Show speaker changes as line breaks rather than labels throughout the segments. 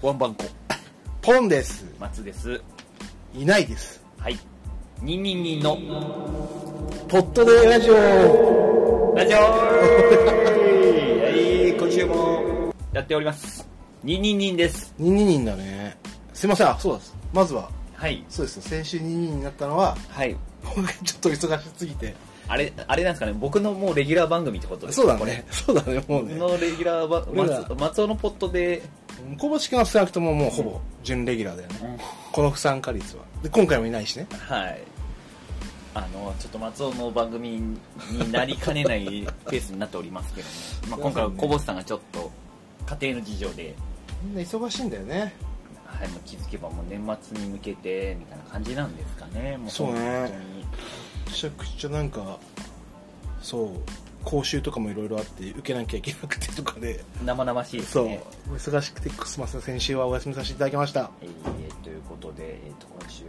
ワンバンコ
ポンです。
松です
いないです。
はいニニニの
ポットでラジオ。
ラジオはい今週もやっておりますニニニです
二二 人だね。すいません。あ、そうです。まずは、
はい
そうです。先週二二になったのは、
はい
僕がちょっと忙しすぎて。
あれあれなんですかね僕のもうレギュラー番組ってことです
そうだ
これ
ね。そうだね。もう
僕
ね。
のレギュラー番
俺ら
松松尾のポットで、
小林君は少なくとももうほぼ準レギュラーだよね。この不参加率は。で、今回もいないしね。
はいあのちょっと松尾の番組になりかねないペースになっておりますけども、まあ、今回は小坊さんがちょっと家庭の事情で
みんな忙しいんだよね。
はい、もう気づけばもう年末に向けてみたいな感じなんですかね、もう
そうね
本当に
めちゃくちゃなんか、そう、講習とかもいろいろあって、受けなきゃいけなくてとかで。
生々しいです
そう
ね。。
忙しくて、すいません。先週はお休みさせていただきました。
えーということで、えーと今週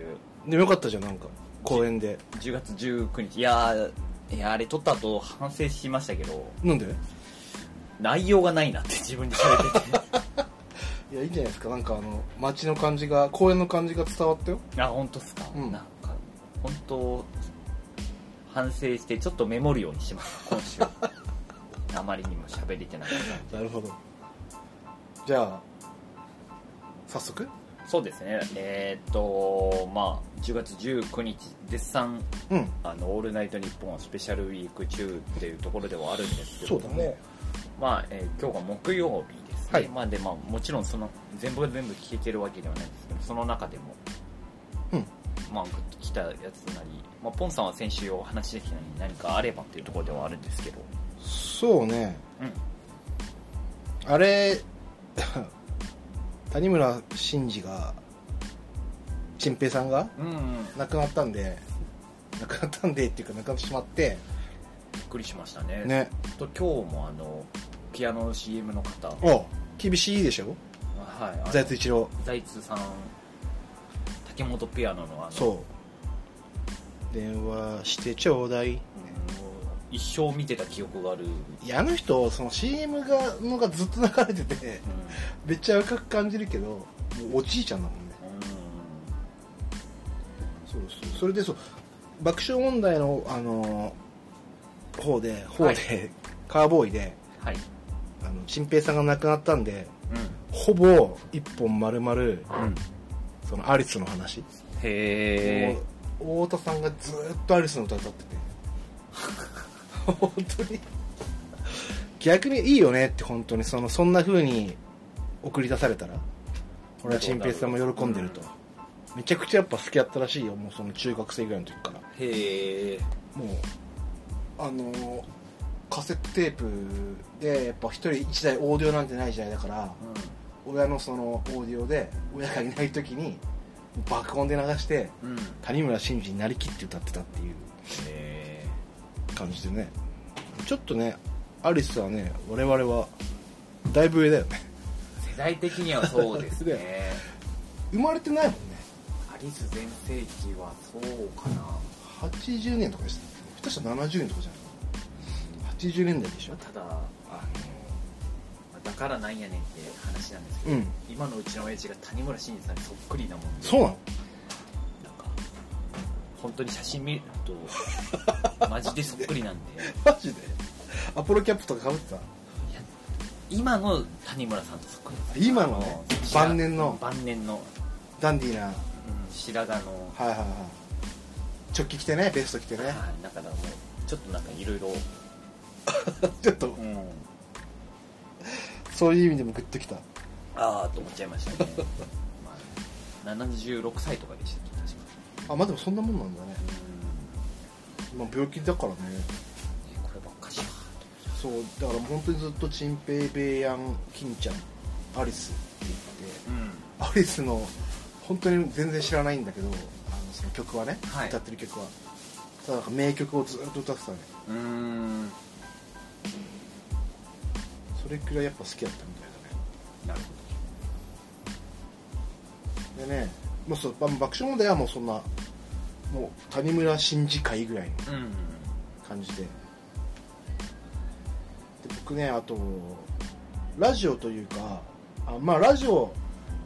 でもよかったじゃんなんか公園で
10月19日、いやー、いやーあれ撮った後反省しましたけど、
なんで
内容がないなって自分で喋 って
いやいいんじゃないですかなんかあの街の感じが公園の感じが伝わったよ
て、あ、本当っすか、
うん
なんか、本当、反省して、ちょっとメモるようにしました、今週。あまりにも喋れてなかっ
なるほどじゃあ早速
た。そうですね、えー、っと、まあ、10月19日、絶賛
うん
あの「オールナイトニッポン」スペシャルウィーク中っていうところではあるんですけれ
そう
ど
だ
も、
ね
まあえー今日が木曜日ですね、
はい
まあでまあ、もちろんその全部が全部聞けてるわけではないんですけどその中でも、
うん
まあ、グッと来たやつなり、まあ、ポンさんは先週お話しできたように何かあればっていうところではあるんですけど、
そうね
うん、
あれ 谷村新司が陳平さんが
うんうん、び
亡くなったんで亡くなったんでっていうか亡くなってしまって
っくりしましたね
ね
と今日もあのピアノの CM の方、はい
お厳しいでしょ
あの
財津一郎
財津さん竹本ピアノのあの
そう電話してちょうだい
一生見てた記憶がある、
いやあの人その CM がのがずっと流れてて めっちゃ若く感じるけどもうおじいちゃんだもんねそうそうそれでそう爆笑問題のあのー方で方で、
はい
カーボーイで
はい、
あの新平さんが亡くなったんでほぼ一本丸々
うん、
そのアリスの話、
へえ
もう太田さんがずーっとアリスの歌歌 ってて本当に逆にいいよねって本当にそのそんな風に送り出されたら俺は陳平さんも喜んでると、めちゃくちゃやっぱ好きやったらしいよもうその中学生ぐらいの時から
へえ
もうあのーカセットテープでやっぱ一人一台オーディオなんてない時代だから親のそのオーディオで親がいない時に爆音で流して
うん、うん、へ
谷村新司になりきって歌ってたっていう
え
感じでねちょっとねアリスはね我々はだいぶ上だよね
世代的にはそうですね
生まれてないもんね
アリス全盛期はそうかな
80年とかでしたっけ下手したら70年とかじゃない80年代でしょ
ただあのだからなんやねんって話なんですけ
う
ど、
ん
今のうちの親父が谷村新司さんにそっくりなもんで
そうなの
なんか本当に写真見るとマジでそっくりなんで
マジでアポロキャップとかかぶってた
今の谷村さんとそっくりです
今のね
あ白
晩年の
晩年の、
ダンディーなはい
うん白髪の
はいはいチョッキ着てねベスト着てね
はいだからもうちょっとなんかいろいろ
ちょっとそういう意味でもグッときた
ああと思っちゃいま したね、まあ、76歳とかでしたっけ確か
あまあでもそんなもんなんだね
うん
まあ病気だからね
えこればっかしは
そうだから本当にずっとチンペイベイヤン金ちゃんアリスって言って
うん
アリスの本当に全然知らないんだけどあのその曲はね、
はい
歌ってる曲はただなんか名曲をずっと歌ってたね
うん
それくらいやっぱ好きだったみ
な
た
るほ
いだねでねもうそうば爆笑問題はもうそんなもう谷村新司会ぐらいの
どうん
感じでで僕ねあとラジオというかあまあラジオ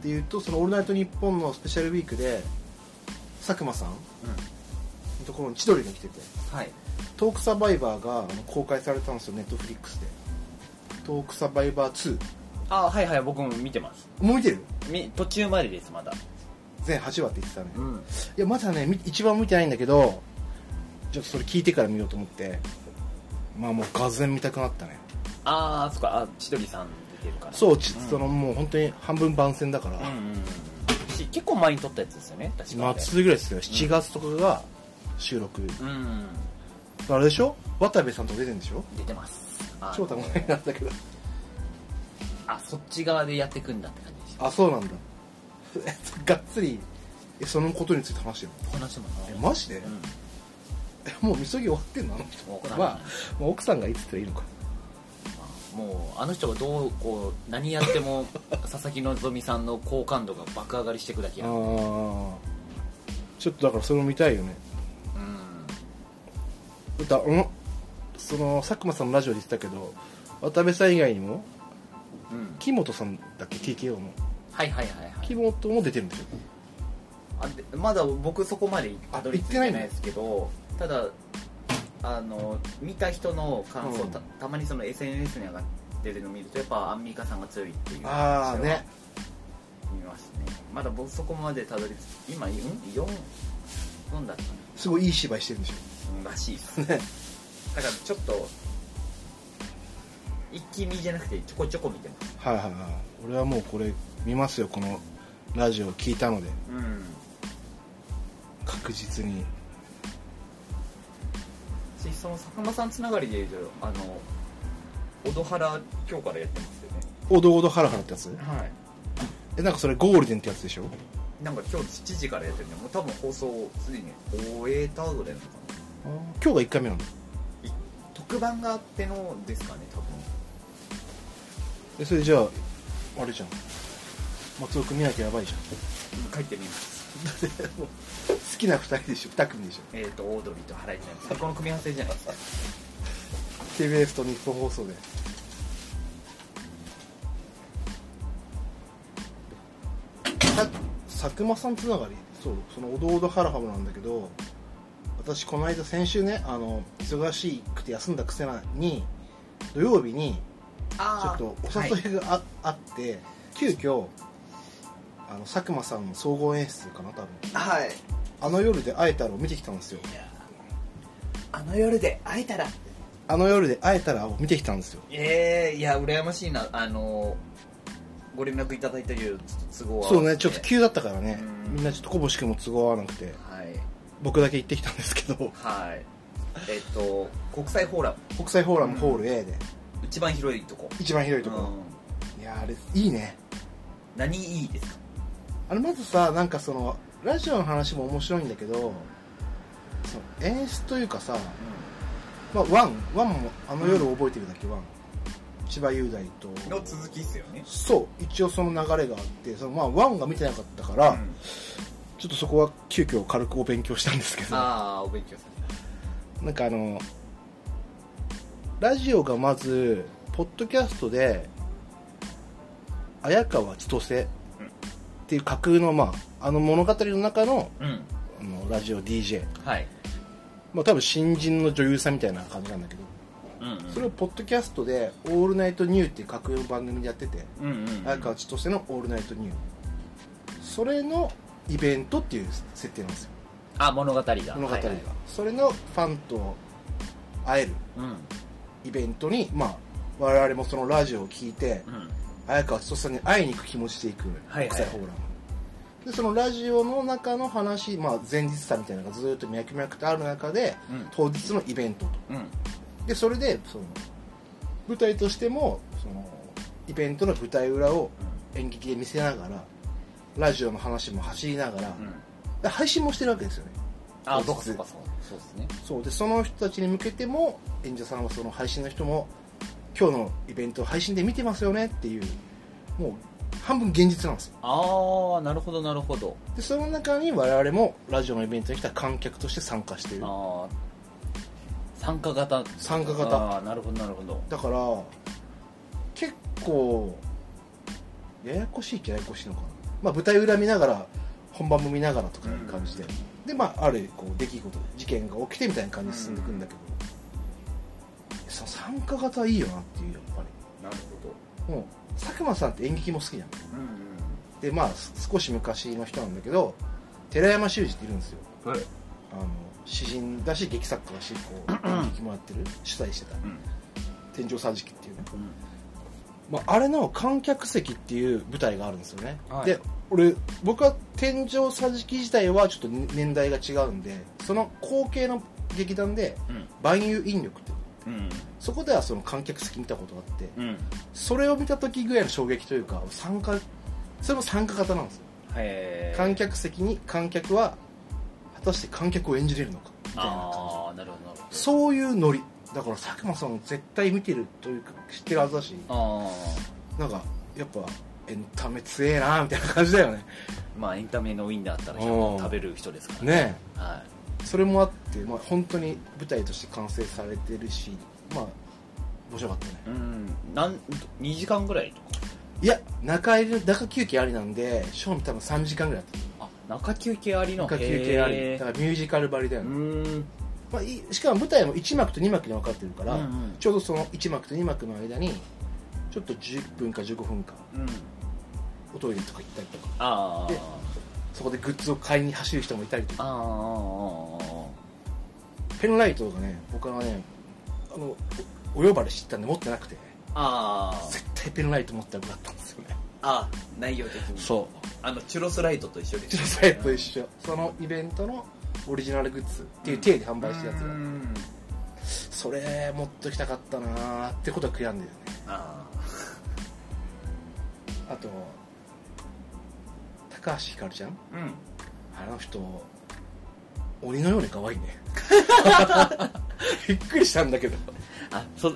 っていうとその「オールナイトニッポン」のスペシャルウィークで佐久間さんのところに千鳥が来てて
はい
トークサバイバーがあの公開されたんですよネットフリックスでトークサバイバー2
あはいはい僕も見てます
もう見てる
み途中までですまだ
全8話って言ってたね
うん
いやまだねみ一番見てないんだけどちょっとそれ聞いてから見ようと思ってまあもうがぜ見たくなったね
ああそっかあ千鳥さん出てるから
そうち、
ん
そのもう本当に半分番宣だから、
うんうんうんし結構前に撮ったやつですよね確か
夏ぐらいですよ7月とかが収録、
うん
あれでしょ渡部さんとか出てるんでしょ
出てますあの
翔太も前なんだけど
あそっち側でやってくんだって感じでした
あそうなんだがっつりえそのことについて話してる
話しても
え
ら
マジで
う、ん
えもうみそぎ終わってんのあの人
わかんない
まあまあ奥さんがいつって言ったらいいのか
もうあの人がどうこう何やっても 佐々木希さんの好感度が爆上がりしていくだけやうん
ああちょっとだからそれも見たいよねだってあのその佐久間さんのラジオで言ってたけど渡部さん以外にも
うん
木本さんだっけ TKO の
はいはいはいはい
木本も出てるんですよ
あでまだ僕そこまでたどり着いてないですけどただあの見た人の感想、
うん
たたまにその SNS に上がってるのを見るとやっぱアンミカさんが強いっていう
ああ
話は
ね
見ますねまだ僕そこまでたどり着今、うん、4, 4だったの
すごいいい芝居してるんでしょ
らしいです ねだからちょっと一気見じゃなくてちょこちょこ見てます
はいはいはい俺はもうこれ見ますよこのラジオ聞いたので
うん
確実に
しその佐久間さんつながりで言うとあの小戸原今日からやってますよね
おどおどハラハラってやつ
はい
えなんかそれゴールデンってやつでしょ
なんか今日7時からやってるんでもう多分放送をすでに終えたぐらいなのか
今日が1回目なんだ
ない特番があってのですかね多分
えそれじゃああれじゃん松尾君見なきゃやばいじゃん
書いてみます
好きな2人でしょ2組でしょ
えっ、とオードリーと原井さん最高の組み合わせじゃないですか
TBS と日本放送でさ佐久間さんつながりそうそのおどおどハラハラなんだけど私この間先週ねあの忙しくて休んだくせなに土曜日にちょ
あ
っ
ー
とお誘いがあ,、あって急遽あの佐久間さんの総合演出かな多分
はい、はい
あの夜で会えたらを見てきたんですよ
いやあの夜で会えたら
あの夜で会えたらを見てきたんですよ
ええいや羨ましいなあのご連絡いただいたという都合は
そうねちょっと急だったからね
うん
みんなちょっとこぼしくんも都合合わなくて
はい
僕だけ行ってきたんですけど
はいえっと国際フォーラム
国際フォーラムホール A で
一番広いとこ
一番広いとこ
うん
ろ、いやあれいいね
何いいですか
あれまずさなんかそのラジオの話も面白いんだけどその演出というかさ、まあ、ワンワンもあの夜覚えてるだけワン、千葉雄大と
の続きっすよね
そう一応その流れがあってそのまあワンが見てなかったから、
うん
ちょっとそこは急遽軽くお勉強したんですけど
ああお勉強され
なんかあのラジオがまずポッドキャストで綾川千歳っていう架空の,、まあ、あの物語の中の
たうん
あのラジオ DJ、
はい
まあ、多分新人の女優さんみたいな感じなんだけど
うんうん
それをポッドキャストで「オールナイトニュー」っていう架空の番組でやってて
うんうん
綾川千歳の「オールナイトニュー」それのイベントっていう設定なんですよ
あ物語が
物語が、
はいはい
それのファンと会える
うん
イベントに、まあ、我々もそのラジオを聞いて
うん
綾川千歳さんに会いに行く気持ちで行く
はいはい
国際フォーラム、でそのラジオの中の話、まあ、前日さみたいなのがずっと脈々とある中で
うん
当日のイベントと
うん
でそれでその舞台としてもそのイベントの舞台裏を演劇で見せながらラジオの話も走りながら、
うん
で配信もしてるわけですよね
あそうかそうかそうかそうですね
そうでその人たちに向けても演者さんはその配信の人も今日のイベントを配信で見てますよねっていうもう半分現実なんですよ
ああなるほどなるほど
でその中に我々もラジオのイベントに来た観客として参加している
ああ参加型
参加型
ああなるほどなるほど
だから結構ややこしいっちゃややこしいのかなまあ、舞台裏見ながら本番も見ながらとかいう感じで、でまああるこう出来事事件が起きてみたいな感じで進んでいくんだけど、その参加型いいよなっていうやっぱ
なるほ
りもう佐久間さんって演劇も好きなの
どうん
でまあす少し昔の人なんだけど寺山修司っているんですよ
うんはい
あの詩人だし劇作家だしこう演劇もやってる主催してた
うん
天井桟敷っていうね、
うん
まあ、あれの観客席っていう舞台があるんですよね、
はい
で俺僕は天井桟敷自体はちょっとね年代が違うんでその後継の劇団で
うん
万有引力って
うん
そこではその観客席見たことがあって
うん
それを見た時ぐらいの衝撃というか参加それも参加型なんですよ
へー
観客席に観客は果たして観客を演じれるのかみたいな感
ああなるほどなるほど
じそういうノリだから佐久間さんも絶対見てるというか知ってるはずだし
あ
なんかやっぱエンタメ強えなみたいな感じだよね
あまあエンタメのウィンナーあったら
うん
食べる人ですから
ね
は
えそれもあって、まあ、本当に舞台として完成されてるしまあ面白かったね
いうんなん2時間ぐらいとか
いや中入り中休憩ありなんで賞味多分3時間ぐらいあっ
あ中休憩ありの
た中休憩あり
へ
だ
ー
からミュージカルばりだよ
う
ね、
ーん
まあ、いしかも舞台も1幕と2幕に分かってるから、
うんうん
ちょうどその1幕と2幕の間にちょっと10分か15分か
うん
おトイレとか行ったりとか
あー
でそこでグッズを買いに走る人もいたりと
あーあ
か
ー
ペンライトがね僕はねあのおお呼ばれしてたんで持ってなくて
あーあー
絶対ペンライト持ってなくなったんですよね
あ内容的に
そ
あのチュロスライトと一緒で
うジョサイと一緒そのイベントのオリジナルグッズっていう体で販売したやつが
うん
それ持っときたかったなーってことは悔やんでるね
あ
あと高橋ひかるちゃん
あうん
あの人鬼のように可 愛いねびっくりしたんだけど
あそそ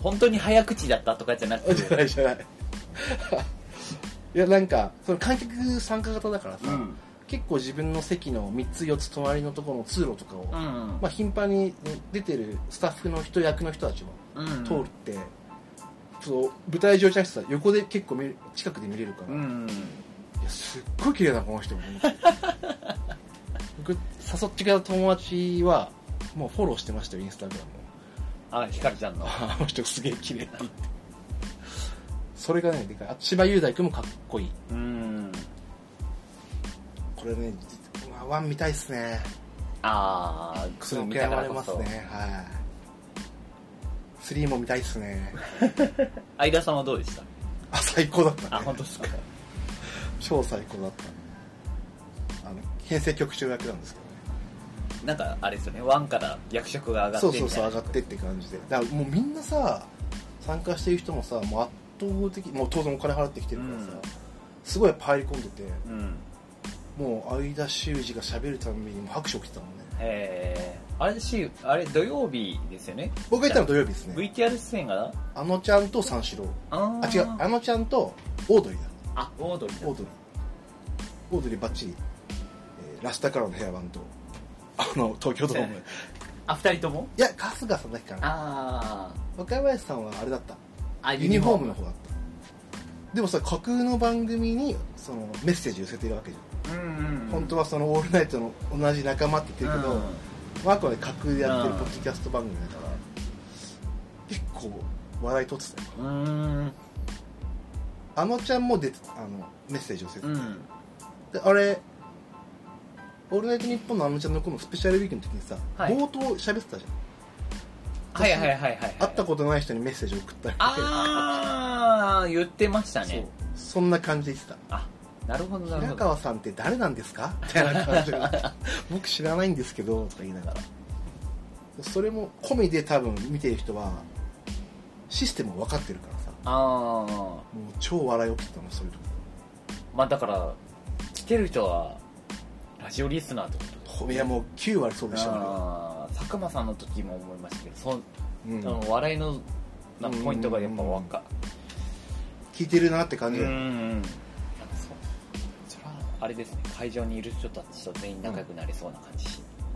本当に早口だったとかじゃなく
じ
て
ゃないじゃない いやなんかその観客参加型だからさ、
うん
結構自分の席の3つ4つ隣のところの通路とかを、
う
ま
ん
あ、頻繁に出てるスタッフの人役の人たちも
うん
通るって、そう舞台上じゃなくてさ横で結構見る近くで見れるから、
う
い
ん
やすっごい綺麗だなこの人も僕誘ってくれた友達はもうフォローしてましたよインスタグラムを
あひかるちゃんの
あの人すげえ綺麗って言ってそれがねでかいあ千葉雄大君もかっこいい
うん
これね実ワンワン見たいっすね
ああ
すごく
た
やられますねはいスリーも見たいっすね
相田さんはどうでした
あ最高だった、
あ
ね、
本当ですか
超最高だったあの編成局長役なんですけどね
なんかあれですよねワンから役職が上がって
そう
み
そう
たい
そう
な
上がってって感じでだからもうみんなさ参加してる人もさもう圧倒的もう当然お金払ってきてるからさ、
うん
すごいやっぱ入り込んでて
うん
もう相田修二が喋るたびにもう拍手起きてたもんね
えー、あれしあれ土曜日ですよね
僕が行ったの土曜日ですね
VTR 出演が
あのちゃんと三四郎
あ
あ違うあのちゃんとオードリーだ
あオードリ
オ
ー
ードリーオードリーバッチリ、えーラスタカラーのヘアバンドあの東京ドーム
えあ二人とも
いや春日さんだけかな
あ
若林さんはあれだった
ーあ
ユニフォームの方だったでもさ架空の番組にそのメッセージを寄せてるわけじゃ、
うんうん、うんん、
本当はその「オールナイト」の同じ仲間って言ってるけど、
うん
まあ、あくまで架空でやってる
うん
ポッドキャスト番組だから結構話題取ってたよ
うーん
あのちゃんも出てあのメッセージを寄せて
う
て
ん
であれ「オールナイトニッポン」のあのちゃんのこのスペシャルウィークの時にさ、
はい
冒頭喋ってたじゃ
はいはいはいはいはい
ん会ったことない人にメッセージ送ったりと
ああ言ってました
そう
ね
そんな感じで言って
あなるほどな
た
る
平
ほど
川さんって誰なんですかみたいな感 じで僕知らないんですけどとか言いながらそれも込みで多分見てる人はシステムを分かってるからさ
ああ
もう超笑い起きてたのそういうとこ
まあだから来てる人はラジオリスナーってことです
ほいやもう9割そうでしたね
あー佐久間さんの時も思いましたけどそ、
う
うん笑いのなんかポイントがやっぱわか
聞いてるなって
う
感
ん
じ
う
だよ
んそうそれはあれですね会場にいる人たちと全員仲良くなれそうな感じ、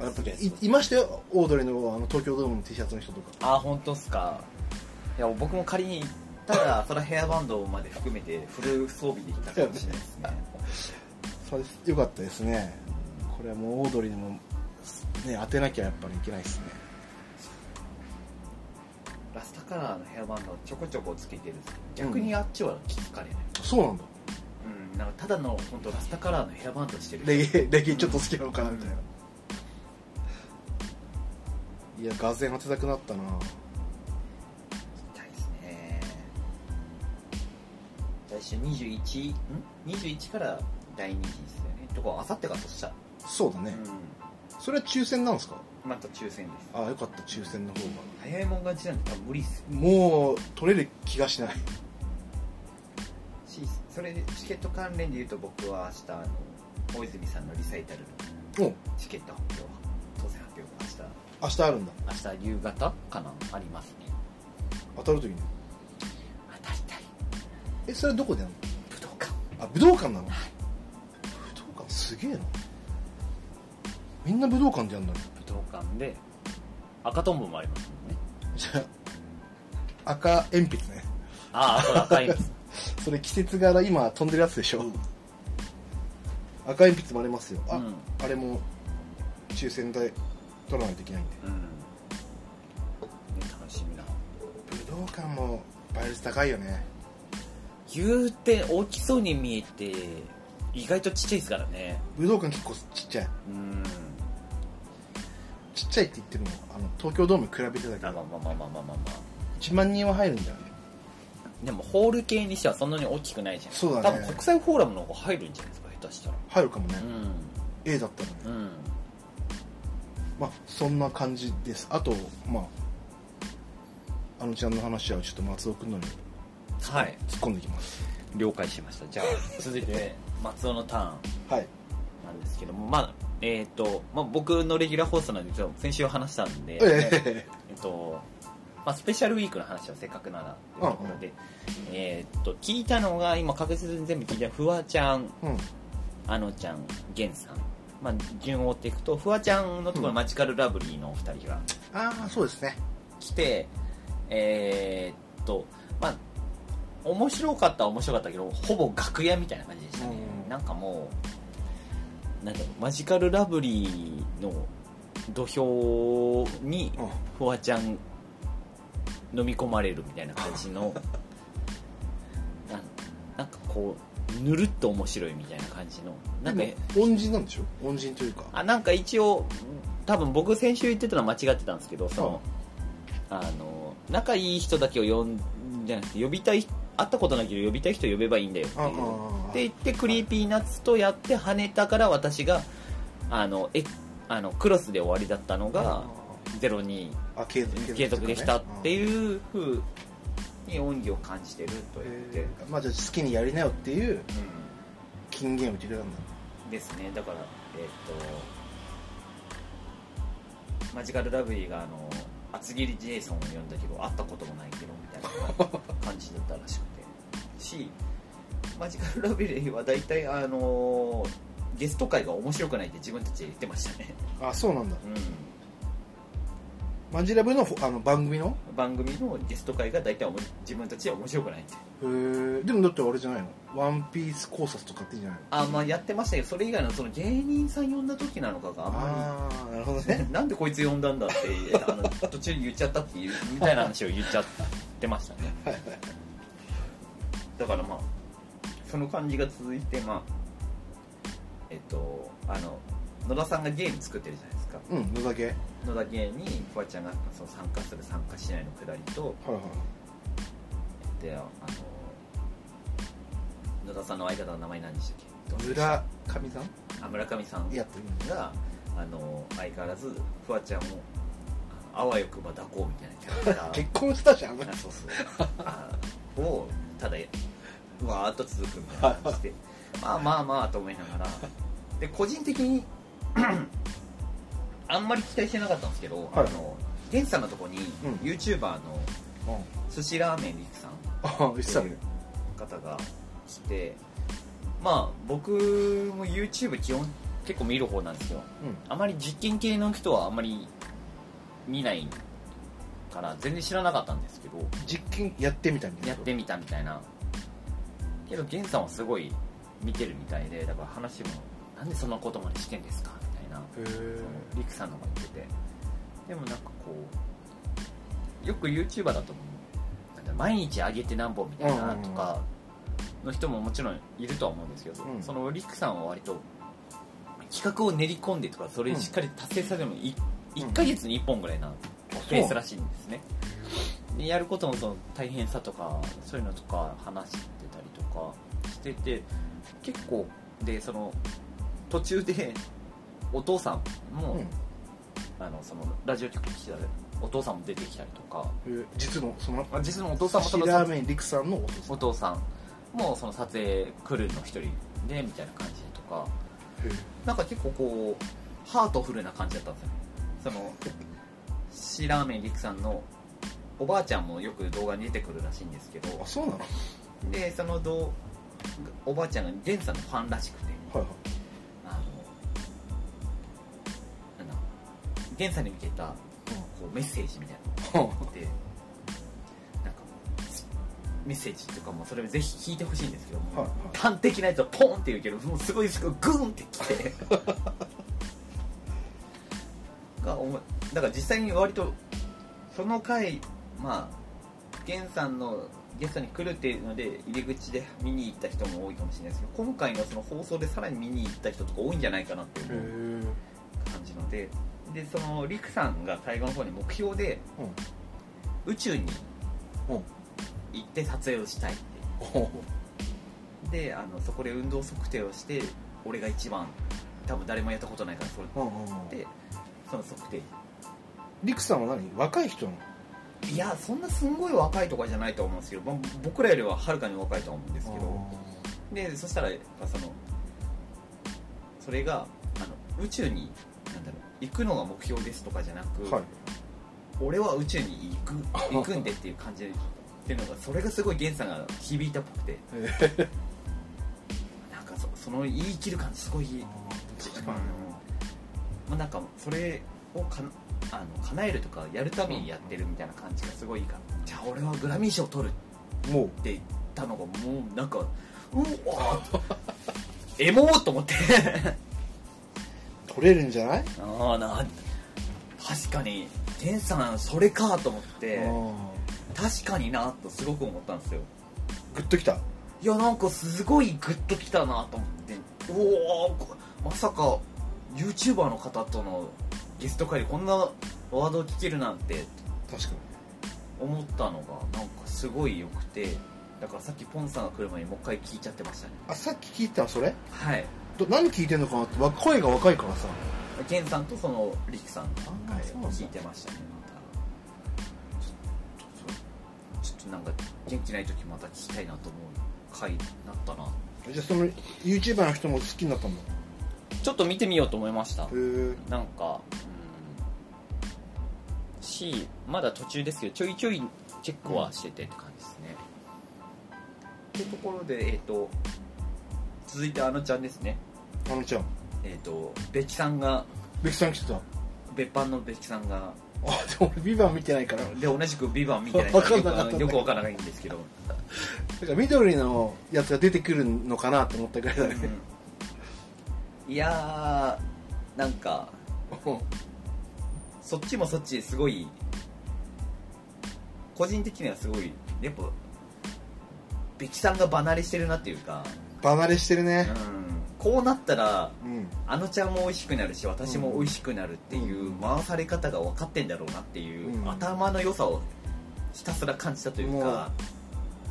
あやっぱいいましたよオードリーのあの東京ドームの T シャツの人とか
ああ本当っすかいや僕 も仮に行ったらそれはヘアバンドまで含めてフル装備で行ったかもしれないですね
そうですよかったですねこれはもうオードリーにも、ね、当てなきゃやっぱりいけないですね
ラスタカラーのヘアバンドをちょこちょこつけてるんですけど逆にあっちは気づかれない、
そうなんだ
うん、なんかただの本当ラスタカラーのヘアバンドしてる
レゲエレゲエちょっと好きなのかなみたいな、いやがぜん当てたくなったな
たいですね来週21ん21から第2次ですよねとかあさってかそしたら
そうだ
う
ね、
ん
それは抽選なんですか
また抽選です
ああよかった抽選の方が
早いもん勝ちなんて多分無理っす
もう取れる気がしない
しそれでチケット関連で言うと僕は明日あの大泉さんのリサイタルの
もう
チケット発表当選発表が
明日あるんだ
明日明日夕方かなありますね
当たるときに
当たりたい
えそれどこでやる
武道館
のあ武道館なの
はい
武道館すげえなみんな武道館でやるんだね
武道館で赤トンボもありますもんね
じゃあ赤鉛筆ね
ああそうだ赤 いんです
それ季節柄今飛んでるやつでしょ、赤鉛筆もありますよあ、
うん
あれも抽選で取らないといけないんで
うん、ね、楽しみな
武道館も倍率高いよね
言うて大きそうに見えて意外とちっちゃいですからね
武道館結構ちっちゃい
うん
ちっちゃいって言ってるのあの東京ドーム比べて
ま
たけ
あまあま
ど
あまあまあまあまあ、
1万人は入るんだよね
でもホール系にしてはそんなに大きくないじゃん
そうだね
多分国際フォーラムの方が入るんじゃないですか下手したら
入るかもね、
う
A だったらね
んうん
まあそんな感じですあとまああのちゃんの話はちょっと松尾君のに
はい
突っ込んでいきます
了解しましたじゃあ続いて松尾のターン
はい
なんですけどもまあえっ、と、まあ、僕のレギュラー放送なんですけど先週話したんで、
え
えっと、まあ、スペシャルウィークの話はせっかくならというところで、えーっと聞いたのが今確実に全部聞いたフワちゃん
えうん
あのちゃんゲンさん、まあ、順を追っていくとフワちゃんのところ、
うん
マジカルラブリーのお二人が
ああそうですね
来てえーっとまあ面白かったは面白かったけどほぼ楽屋みたいな感じでしたね、
うん
なんかもうなんだろうマジカルラブリーの土俵に
うん
フワちゃん飲み込まれるみたいな感じ のななんかこうぬるっと面白いみたいな感じのなんか
でも恩人なんでしょ恩人というか
あなんか一応多分僕先週言ってたのは間違ってたんですけどそのあの仲いい人だけを呼んじゃなくて呼びたい会ったことないけど呼びたい人呼べばいいんだよって
ああ
いうって言ってクリーピーナッツとやって跳ねたから私があのえあのクロスで終わりだったのがゼロに
あ継続
継続できたって
う
いう風に恩義を感じてると言って、
えーまあじゃあ好きにやりなよっていう金言を言ってくれたんだ
うん、ですねだからえっ、とマジカルラブリーがあの厚切りジェイソンを呼んだけど会ったこともないけどみたいな感じだったらしくてしマジカルラブリーは大体あのゲスト会が面白くないって自分たちで言ってましたね、
あそうなんだ
う
マジラブのほあの番組の
ん、番組のゲスト会が大体おも自分たちは面白くないって
へえでもだってあれじゃないのワンピース考察とかってんじゃないの
あまあやってましたけどそれ以外のその芸人さん呼んだ時なのかがあんま
ああーなるほど
り、
ね
なんでこいつ呼んだんだってあの途中で言っちゃったっていうみたいな話を言っちゃってましたね
はいはい
だからまあその感じが続いてまあえっとあの野田さんがゲーム作ってるじゃないですか
うんのだけはい
野田ゲーにフワちゃんがその参加する参加しないのくだりと
はい
であの野田さんの相方の名前何でしたっけ
村上さ
あ村上さん
んやってるんだ
があの相変わらずフワちゃんをあのあわよくば抱こうみたいなキャラクター
結婚したじゃん
あそうそうあをただうわーっと続くみたいな感じでまあまあまあと思いながらで個人的に あんまり期待してなかったんですけど、
はい
あのゲンさんのとこに、
うん
YouTuber の寿司ラーメンリクさん
あ言ってた
ってい
ね
う方が来てまあ僕も YouTube 基本結構見る方なんですよ
うん
あまり実験系の人はあんまり見ないから全然知らなかったんですけど
実験やってみたみたいな
やってみたみたいなけど源さんはすごい見てるみたいでだから話も「なんでそんなことまでしてんですか?」みたいな
え
リクさんの方が言っててでもなんかこうよく YouTuber だと思うなんだ毎日上げてなんぼみたいなとかの人ももちろんいるとは思うんですけど、
うん
そのリクさんは割と企画を練り込んでとかそれしっかり達成させるのもい、
うん
1ヶ月に1本ぐらいなペースらしいんですね
う
でやることもその大変さとかそういうのとか話してたりとかしてて結構でその途中でお父さんも、
うん
あのそのラジオ局に来てたお父さんも出てきたりとか
えー実のその
まあ実のお父さんもその
ラーメン陸さんのお父さ
お
ん
父さんもその撮影クルーの一人でみたいな感じとか
へー
なんか結構こうハートフルな感じだったんですよねそのシーラーメンリクさんのおばあちゃんもよく動画に出てくるらしいんですけど
あそうなのはい
でその動おばあちゃんがゲンさんのファンらしくて
はい
あのなんだゲンさんに向けたこうメッセージみたいな
は
でなんかメッセージとかもそれぜひ聞いてほしいんですけども、
はいはい
端的なやつはポンって言うけどもうすごいすごいグーンってき てがおもだから実際に割とその回まあ源さんのゲストに来るっていうので入り口で見に行った人も多いかもしれないですけど今回のその放送でさらに見に行った人とか多いんじゃないかなってい
へ
う
え
感じのででその陸さんが対岸の方に目標で宇宙に
うん
行って撮影をしたいってであのそこで運動測定をして俺が一番多分誰もやったことないからそれ
うんうん
でその測定
陸さんは何若い人なの
いやそんなすんごい若いとかじゃないと思うんですけど、まあ僕らよりははるかに若いとは思うんですけどでそしたらやっぱそのそれがあの宇宙になんだろう行くのが目標ですとかじゃなく、
はい
俺は宇宙に 行く行くんでっていう感じでっていうのがそれがすごい源さんが響いたっぽくて
え
なんかそその言い切る感じすごいいい
確
ま
かに
あ、なんかそれをかなあの叶えるとかやるためにやってるみたいな感じがすごいいいからじゃあ俺はグラミー賞取る
もう
って言ったのがもうなんかうわーエモーと思って
取れるんじゃない
ああな確かに天さんそれかと思って
うん
確かになとすごく思ったんですよ
グッときた
いやなんかすごいグッときたなと思っておおこまさか YouTuber の方とのゲスト会でこんなワードを聞けるなんて
確か
思ったのがなんかすごい良くてだからさっきポンさんが来る前にもう一回聞いちゃってましたね
あさっき聞いてたのそれ
はい
ど何聞いてんのかなってわ声が若いからさ
ゲンさんとそのリクさんの
あ
会
ーそうなん
を
だ
聞いてましたねまたちょっとちょっとなんか元気ない時また聞きたいなと思う回になったな
じゃあその YouTuber の人も好きになったんだ
ちょっと見てみようと思いました
へえ
なんか、うん、し、まだ途中ですけど、ちょいちょいチェックはしててって感じですね。というところで、えっ、と、続いてあのちゃんですね。
あのちゃん
えっ、と、べきさんが、
ベキさん来てたあ
別班のべきさんが、
でも俺ビバン見てないから
で、同じくビバン見てない
わかんなかっ
よ
た
くよくわからないんですけど、
だから緑のやつが出てくるのかなと思ったぐらいだね、
いやー、なんか、
うん
そっちもそっちですごい個人的にはすごいやっぱべきさんが離れしてるなっていうか、
離れしてる
う
ね
ん、こうなったら
うん
あのちゃんも美味しくなるし私も美味しくなるっていう
うん
回され方が分かってんだろうなっていう、
うん
頭の良さをひたすら感じたというか、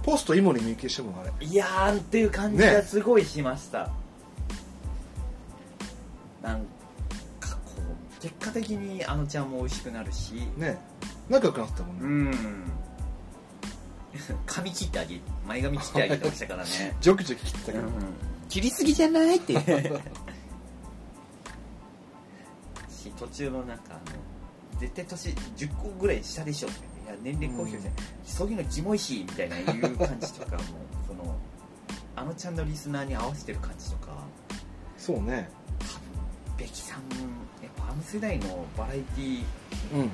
ポストイモリ見受けしてもんあれ
いやーっていう感じがすごいしました、なんかこう結果的にあのちゃんも美味しくなるし、
ね仲良くなってたもん
う
ね、
ん髪切ってあげ前髪切ってあげてましたからね
ジョキジョキ切ってたけど、
切りすぎじゃないってし 途中のなんかあの絶対年10個ぐらい下でしょとか言っていや年齢公表じゃない、そういうのキモいしみたいないう感じとかもそのあのちゃんのリスナーに合わせてる感じとか
そうね
べきさんやっぱあの世代のバラエティー
うん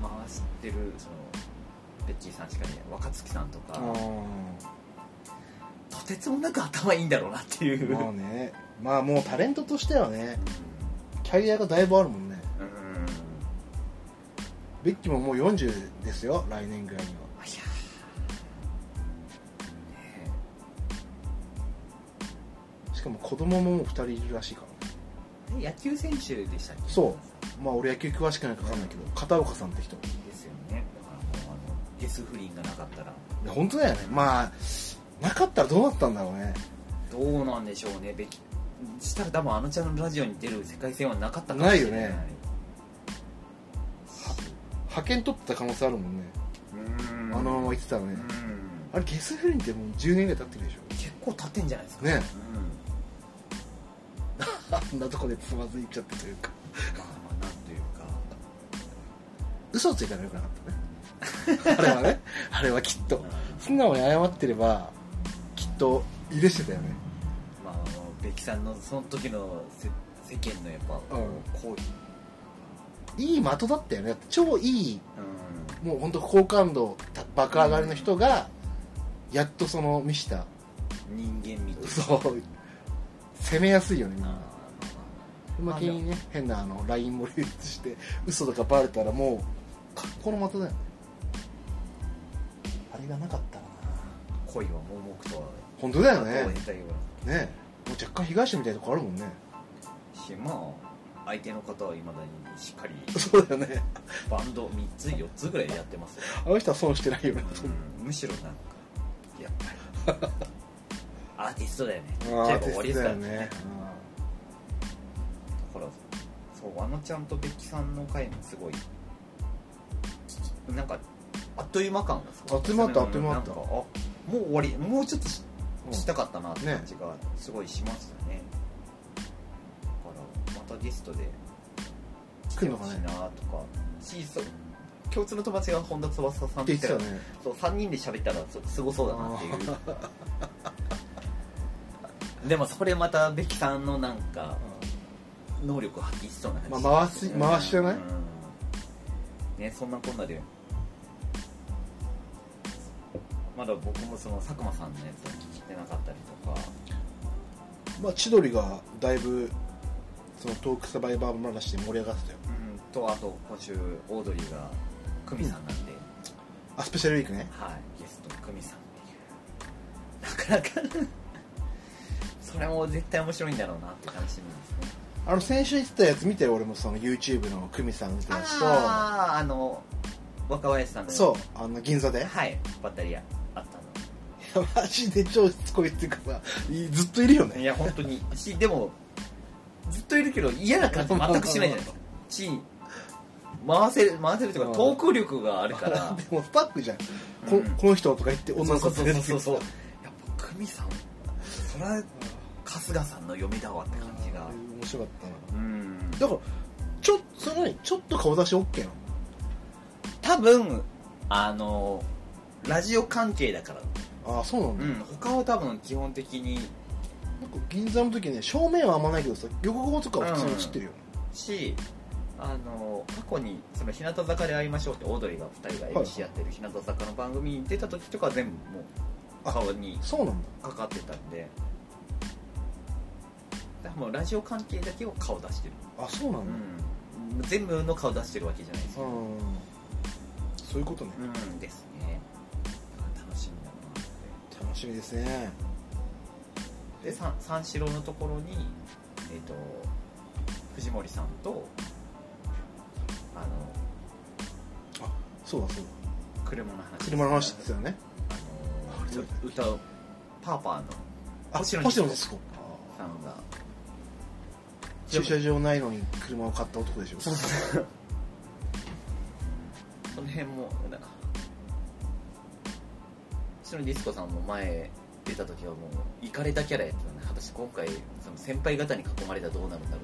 回してるそのベッキーさんしかいない若槻さんとか
あー
てつもなく頭いいんだろうなっていう、
まあね まあもうタレントとしてはねキャリアがだいぶあるもんね
うんうん
ベッキももう40ですよ来年ぐらいには
あいや
しかも子供ももう2人いるらしいからね
ーね野球選手でしたっけ
そうまあ俺野球詳しくないか分かんないけど片岡さんって人
ですよねだからもうあのゲス不倫がなかったら
いや本当だよねまあなかったらどうなったんだろうね
どうなんでしょうねべきしたら多分あのちゃんのラジオに出る世界線はなかったかも
ない
し
よ
れない
ね派遣取ってた可能性あるもんね、
うん
あのまま行ってたら
う
ね、
ん
あれゲスフリンってもう10年ぐらい経ってるでしょ
結構経ってんじゃないですか
ね
うん
あんなとこでつまずいちゃったというか
まあまあなんというか
嘘ついたらよくなかったねあれはね あれはきっと素直に謝ってればきっと許してたよね
まああのべきさんのその時のせ世間のやっぱ
うん
行為
いい的だったよね超いい
うん
もう本当好感度爆上がりの人がやっとその見した
人間味というか
そう攻めやすいよねみん
あー
な
ま
うまけにね変なあの LINE も流出して嘘とかバレたらもう格好の的だよねあれがなかったらな
あまあ恋は盲目とは
本当だよ
どう
ね
たような
ねもう若干被害者みたいなとこあるもんね
しまあ相手の方はいまだにしっかり
そうだよね
バンド3つ4つぐらいやってますよ
あの人は損してないよね
うんむしろなんかやっぱりアーティストだよね
あ
じゃ
あ
あ終わりですからね
ね
だからそうあのちゃんとベッキさんの回もすごいなんかあっという間感がすごい
あっという間だったあっという間だった
なんかあもう終わりもうちょっとし
うん
したかったなって
ね
感じがすごいしましたねだからまたゲストで来
来
て
るの
ほ
か
しい
ね
なとかしそう共通の友達が本田翼さん
っ
ってて
言ってたね
そう3人で喋ったらちょっとすごそうだな っていうでもそれまたべきさんのなんか能力を発揮しそうな感じ
まあ回し回しじゃない
うんねそんなこんなでまだ僕もその佐久間さんのやつは聞いてなかったりとか
まあ千鳥がだいぶそのトークサバイバー話で盛り上がってたよ
うんとあと今週オードリーが久美さんなんで、
あスペシャルウィークね
はいゲストの久美さんっていうなかなかそれも絶対面白いんだろうなって楽しみですね
あの先週言ってたやつ見て俺もその YouTube の久美さんみたいなや
あああの若林さん
つ
の
とそうあの銀座で
はいバッタリアあった
マジで超しつこいっていうかさいずっといるよ
のい
ね
や本当にしでもずっといるけど嫌な感じ全くしないじゃないですかし回せる 回せるというか
うん
トーク力があるから
でもスタッフじゃん、こ
うん
この人とか言って女の
そ
子
うそう
連れ
そう
てき
そう
て
そうやっぱ久美さんそれは春日さんの嫁だわって感じが
面白かったな
うん
だからちょそのちょっと顔出し OK なの
多分あのラジオ関係だから
ああそうなんだ、
うん他は多分基本的に
なんか銀座の時ね正面はあんまないけどさ横顔とかは普通に映ってるよ、
しあの過去にその日向坂で会いましょうってオードリーが2人が MC やってる日向坂の番組に出た時とかは全部もう
あ
顔に
そうなんだ
かかってたんでだからもうラジオ関係だけを顔出してる、
あそうなんだ
うん、全部の顔出してるわけじゃないです
う
よ、
んそういうことね
うんですね楽しみだ
楽しみですね
なで三三四郎のところにえっ、と藤森さんとあの
そうだそう
車の話
だ車の話してたよね
あの
う
歌うパーパーの
あ
星
星
野
野
ディスコ
ディスコ
さんが
駐車場ないのに車を買った男でしょそう
その辺もなんか星野ディスコさんも前出た時はもうイかれたキャラやってたね果たして今回その先輩方に囲まれたらどうなるんだろ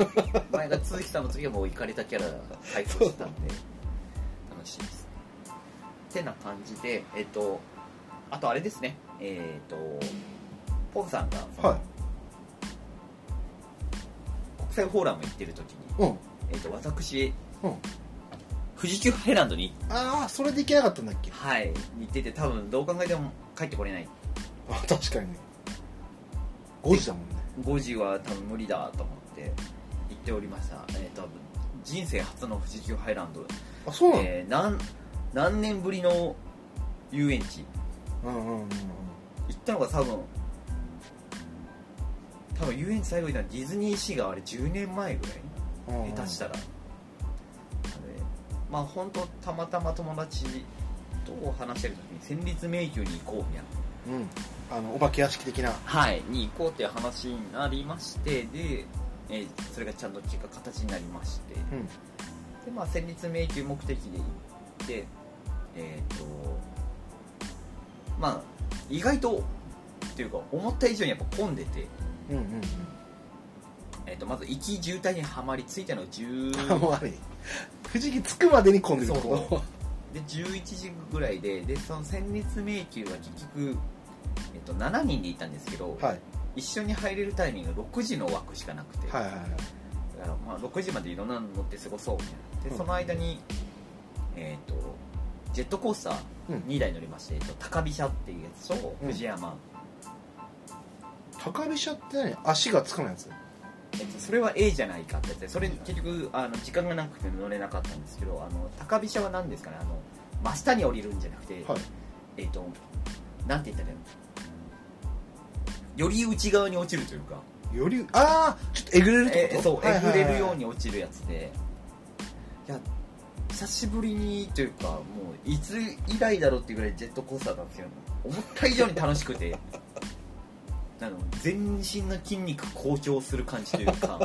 うなっていう前が都築さんの時はもうイかれたキャラ配当してたんで楽しいですてな感じでえっとあとあれですねえっとポンさんが
は
国際フォーラム行ってる時に、
いうん
えっと私
うん
富士急ハイランドに
ああそれで行けなかったんだっけ
はい、似てて多分どう考えても帰ってこれない
ああ確かにね5時だもんね
5時は多分無理だと思って言っておりました、えー、多分人生初の富士急ハイランド、
あそうなの、
えーなん何年ぶりの遊園地
うんうんうんうん
行ったのが多分多分遊園地最後に行ったのはディズニーシーがあれ10年前ぐらい
うんうん
下手したら、あれまあ本当たまたま友達と話してる時に戦慄迷宮に行こうみたいな
うんあのお化け屋敷的な
はい、に行こうっていう話になりましてで、えーそれがちゃんと結果形になりまして
うん
でまあ戦慄迷宮目的で行ってえっ、とまあ意外とっていうか思った以上にやっぱ混んでて、
うんうん
えー、とまず行き渋滞にはまり着いたのが
うんもう
10
あれ富士急着くまでに混んでるってこ
そう
と
で11時ぐらいででその戦慄迷宮は結局、えー、と7人でいたんですけど、
はい
一緒に入れるタイミング6時の枠しかなくて、
はいはいはい
だからまあ6時までいろんなの乗って過ごそうみたいなで、
うん
その間に、えー、とジェットコースター
うん
2台乗りまして、えっと高飛車っていうやつと
うん
藤山、
高飛車って何足がつかないやつ
えっと、それは A じゃないかってやつでそれ結局あの時間がなくて乗れなかったんですけどあの高飛車は何ですかねあの真下に降りるんじゃなくて、
はい
えっとなんて言ったらいいのより内側に落ちるというか
よりああちょっとえぐれるって
え
こと
そう
は
え
いはいは
ぐ
い
れるように落ちるやつでいや久しぶりにというかもういつ以来だろうっていうぐらいジェットコースターなんですけど思った以上に楽しくて あの全身の筋肉好調する感じという か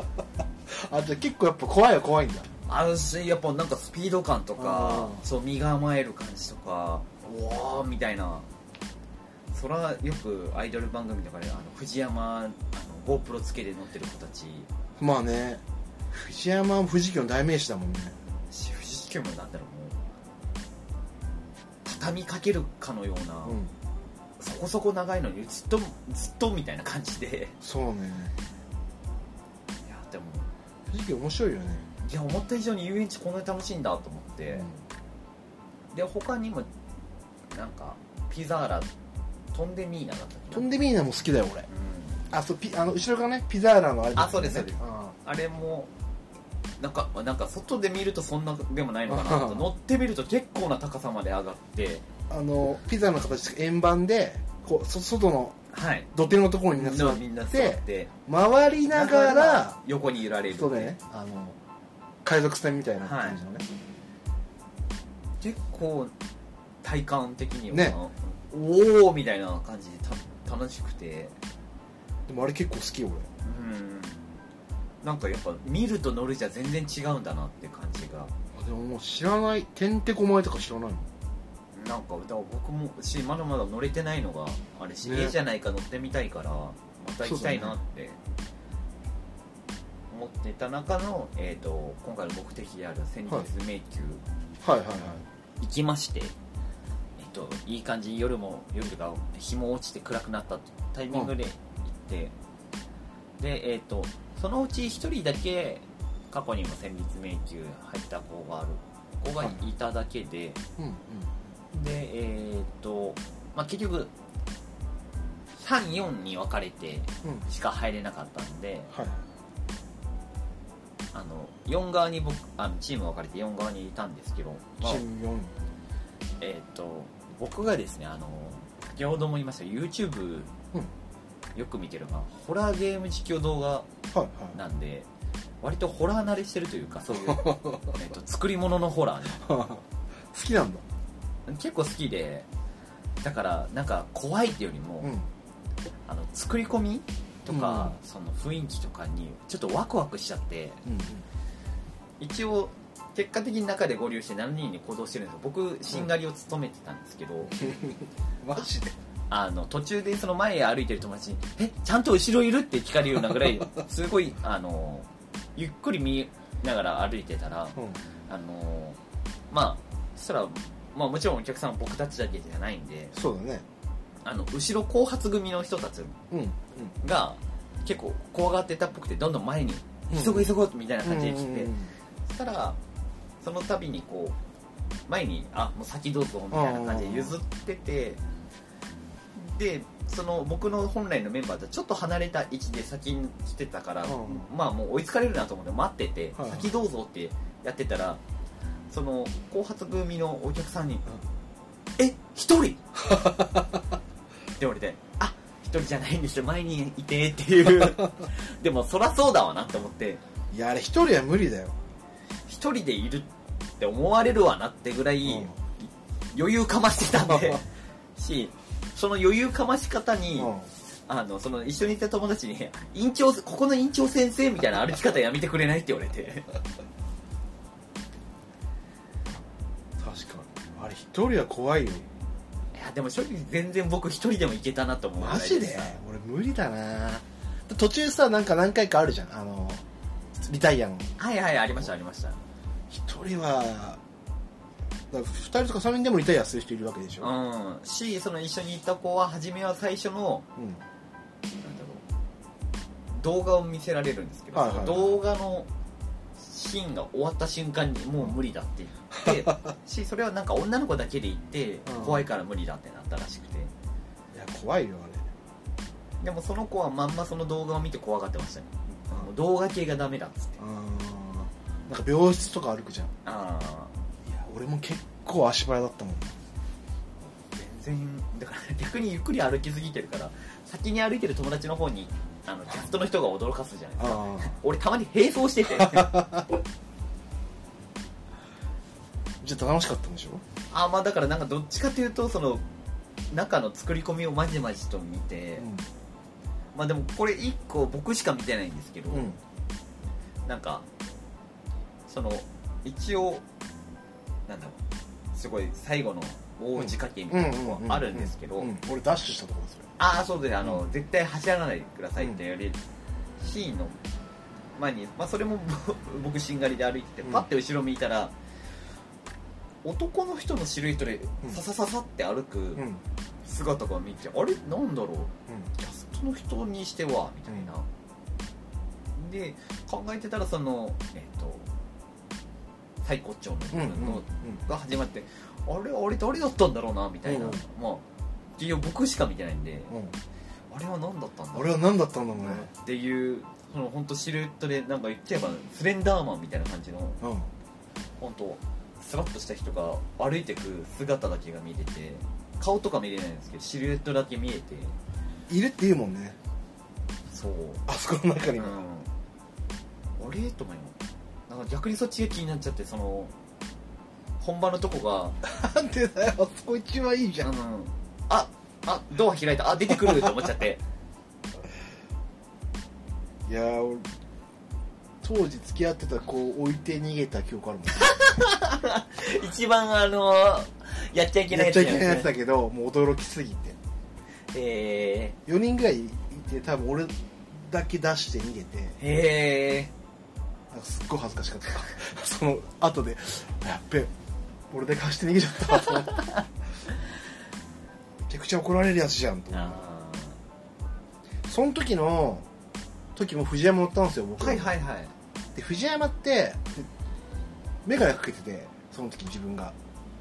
あじゃあ結構やっぱ怖いは怖いんだ
あるしやっぱなんかスピード感とか
あー
そう身構える感じとかうわーみたいなそらよくアイドル番組とかであの藤山あの GoPro つけて乗ってる子たち
まあね藤山も富士急の代名詞だもんね
し富士急もなんだろうもう畳みかけるかのような、
うん
そこそこ長いのにずっとずっとみたいな感じで
そうね
いやでも
富士急面白いよね
いや思った以上に遊園地こんなに楽しいんだと思って、で他にもなんかピザーラ飛んでミーナだったっけな
飛んでミーナも好きだよ俺
うん
あそうピあの後ろからねピザーラのあれだ
あそうですそうです
あ
あれもなんかなんか外で見るとそんなでもないのかなと乗ってみると結構な高さまで上がって
ーあのピザの形円盤でこうそ外の
はい
土手のところに
み
みん
な
なん座っ
みんな座ってて
回りながら
横に揺られるってい
そうだよねあの海賊船みたいな感じのね、
結構体感的には、
ね
おおみたいな感じでた楽しくて
でもあれ結構好きよ
うんなんかやっぱ見ると乗るじゃ全然違うんだなって感じが
俺でももう知らないてんてこまいとか知らないの
なんかだから僕もしまだまだ乗れてないのがあれし、
ね
ええじゃないか乗ってみたいからまた行きたいなって思ってた中の、えー、と今回の目的である戦
は
術迷宮、
はいはいはい
行きまして、えっと、いい感じに夜も夜が日も落ちて暗くなったタイミングで行って、で、えっと、そのうち1人だけ過去にも戦慄迷宮入った子がある子がいただけで、
うんうん
でえっと、まあ、結局34に分かれて
うん
しか入れなかったんで
はい
あの4側に僕あのチーム分かれて4側にいたんですけど、まあ
チーム4
えっ、と僕がですねあの先ほども言いました YouTube よく見てるのがホラーゲーム実況動画
はいは
なんで割とホラー慣れしてるというか そういうえっと作り物のホラーね
い 好きなんだ
結構好きでだからなんか怖いっていうよりも、
うん
あの作り込みとか、その雰囲気とかにちょっとワクワクしちゃって
うん
一応結果的に中で合流して7人に行動してるんですけど僕しんがりを務めてたんですけど、
マジで
あの途中でその前歩いてる友達に「えちゃんと後ろいる?」って聞かれるようなぐ らいすごいあのゆっくり見ながら歩いてたら
うん
あのまあそしたら、まあ、もちろんお客さんは僕たちだけじゃないんで
そうだね
あの後ろ後発組の人たち
うんうん
が結構怖がってたっぽくてどんどん前に「
うん
急ごう急ごう」みたいな感じで来て、
うんうん
そしたらその度にこう前に「あもう先どうぞ」みたいな感じで譲っててでその僕の本来のメンバーとちょっと離れた位置で先に来てたから、
う
まあもう追いつかれるなと思って待ってて、
はい
先どうぞってやってたらその後発組のお客さんに「え一人? 」って言われて「あ一人じゃないんですよ前にいて」っていうでもそらそうだわなって思って
いやあれ一人は無理だよ、
一人でいるって思われるわなってぐらい、
うん
余裕かましてた んでしその余裕かまし方に、
うん
あのその一緒にいた友達に院長ここの院長先生みたいな歩き方やめてくれないって言われ て
確かにあれ一人は怖いよ
いやでも正直全然僕一人でも行けたなと思う
マジで俺無理だな途中さなんか何回かあるじゃんあのリタイアの
はいはいありましたありました
一人はだから二人とか三人でもリタイアする人いるわけでしょ、
うんしその一緒に行った子は初めは最初の
うん、
なんだろう動画を見せられるんですけど、
はいはいはい
その動画のシーンが終わった瞬間にもう無理だって言 ってしそれはなんか女の子だけで行って
うん
怖いから無理だってなったらしくて
いや怖いよあれ
でもその子はまんまその動画を見て怖がってましたね、もう動画系がダメだっつって
うんなんか病室とか歩くじゃんい
ああ
や俺も結構足早だったもん
全然だから逆にゆっくり歩きすぎてるから先に歩いてる友達の方にあのキャストの人が驚かすじゃないですか
ああ
俺たまに並走しててあ
じゃあ楽しかったんでしょ
あまあだからなんかどっちかというとその中の作り込みをまじまじと見て、まあでもこれ1個僕しか見てないんですけど、
うん、うん、
なんかその一応なんだろうすごい最後の大仕掛けみたいなとこはあるんですけど、
うう俺ダッシュしたところそれ
ああそうですねあの、
うん
絶対走らないでくださいってやるシーンの前に、まあ、それも 僕しんがりで歩いてて
うん
パッて後ろ見たら、男の人の白い人で
うん
ささささって歩く
うんうん
姿が見て、あれなんだろうキャストの人にしてはみたいな、で考えてたらそのえっ、と最高潮の部
うん
分
うん
のが始まって、あれあれ誰だったんだろうなみたいな、
うん
まあいや僕しか見てないんで、
うん
あれは何だったんだろう
俺は何だったんだろうね
っていうその本当シルエットでなんか言っちゃえばスレンダーマンみたいな感じの
うん
本当スラッとした人が歩いてく姿だけが見れて顔とか見れないんですけどシルエットだけ見えて
いるって言うもんね
そう、
あそこの中
う
に
ん、
も、
あれと思いますなんか逆にそっちが気になっちゃってその本場のとこ
なんでだよあそこ一番いいじ
が、
ゃ
うんん、ああドア開いたあ出てくると思っちゃって
いやー俺当時付き合ってた子を置いて逃げた記憶あるもん
一番あのやっちゃいけない
やっちゃいけない
や
や
つ
つだけどもう驚きすぎて
え
4人ぐらいいて多分俺だけ出して逃げて
ー、へえ
なんかすっごい恥ずかしかった その後でやっべ俺だけ走って逃げちゃったと思ってめちゃくちゃ怒られるやつじゃんと思って
あ
その時の時も藤山乗ったんですよ
あ
僕
はいはいはい
で藤山って眼鏡かけててその時自分が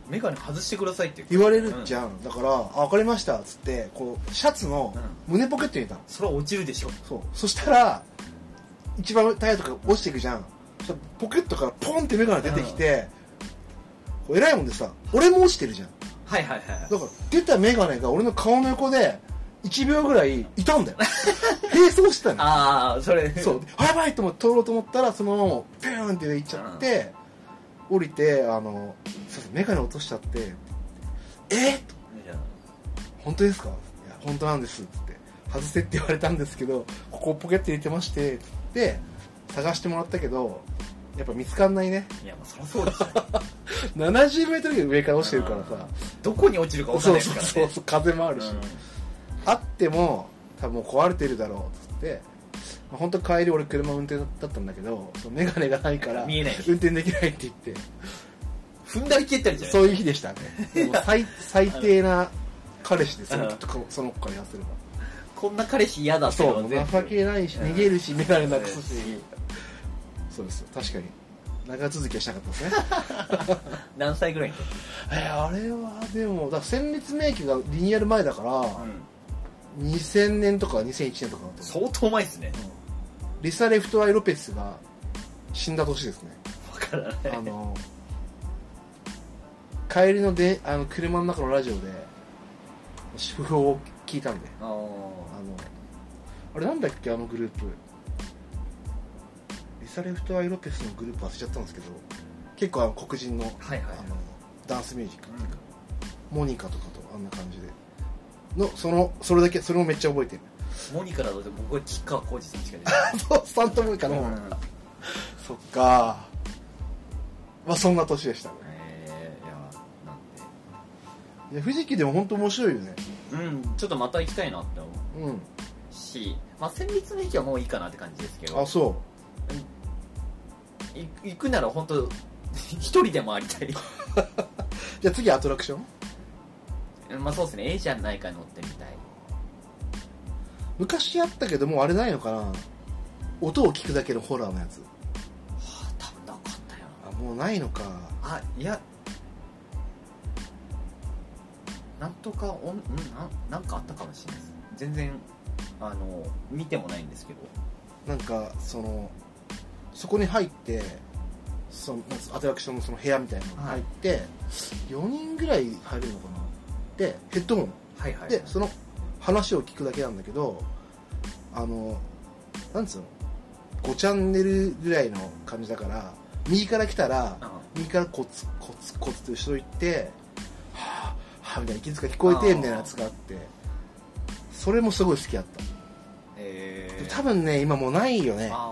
メガネ外してくださいって
言われるじ
ん、
ゃん、だから「あ分かりました」っつってこうシャツの
う
胸ポケットに入れたの
それは落ちるでしょ
そうそしたら一番タイヤとか落ちていくじゃんそしたらポケットからポンって目が出てきて、こう偉いもんでさ俺も落ちてるじゃん
はいはいはい
だから出た眼鏡が俺の顔の横で1秒ぐらいいたん だよ並走してたの
ああそれ
そうであやばいと思って取ろうと思ったらそのままピューンって行っちゃって、降りてあのすいません眼鏡落としちゃってえっ
いや
本当ですかいや本当なんですっつって外せって言われたんですけどここポケット入れてましてっつって探してもらったけどやっぱ見つかんないね
いやまあそりゃそうです よ
7 0ルぐらい上から落ちてるからさ
どこに落ちるか分かん
そ
な
う
いです
そう
からね
そうそう風もあるし、
うん
あっても多分もう壊れてるだろうっつってまあ本当帰り俺車運転だったんだけどその眼鏡がないから
見えない
運転できないって言って
踏んだり蹴ったりじゃない
そういう日 でしたねでも最最低な彼氏でその
うん
子その子から言わせれば
こんな彼氏嫌だって
そう、情けないし、逃げるし、メダルな
な
くすし。 そうですよ、確かに。長続きはしなかった ですね。
何歳ぐらいの時
えーあれは、でも、だから戦慄迷宮がリニアル前だから、
うん
2000年とか2001年とかだと
相当前ですね
うんリサ・レフト・アイ・ロペスが死んだ年ですね
分からない
あの帰りのであの車の中のラジオで主婦を聞いたんで
あ
あ
ー
のあれなんだっけあのグループリサ・レフト・アイ・ロペスのグループ忘れちゃったんですけど結構あの黒人の,、
はいはい
あのダンスミュージックっていうか、モニカとかとあんな感じでのそのそれだけそれもめっちゃ覚えてる
モニカだと僕は吉川晃司さんしか出てない
スタントモニカの方、
うん
そっかまあそんな年でしたね
えーいや
いや富士急でも本当面白いよね
なんでうんちょっとまた行きたいなって思
うん
うし、まあ、戦慄の駅はもういいかなって感じですけど
あそ
い行くなら本当一人で回り たい
うじゃあ次アトラクション
まあそうですね A じゃないか乗ってみたい
昔あったけどもうあれないのかな音を聞くだけのホラーのやつ
はあ多分なかったよ
あもうないのか
なあいやなんとかおんんなんなんかあったかもしれないです全然あの見てもないんですけど
なんかそのそこに入ってそのなんつアトラクションのその部屋みたいなのに入って、4人ぐらい入れるのかなでヘッドホン
はいは
でその話を聞くだけなんだけどあのなんつうの5チャンネルぐらいの感じだから右から来たら
あ
右からコツコツコツと後ろ行ってはあはあみたいな息遣い聞こえて
あー
みたいなやつがあってそれもすごい好きだった、
えー、
多分ね今もうないよね
あ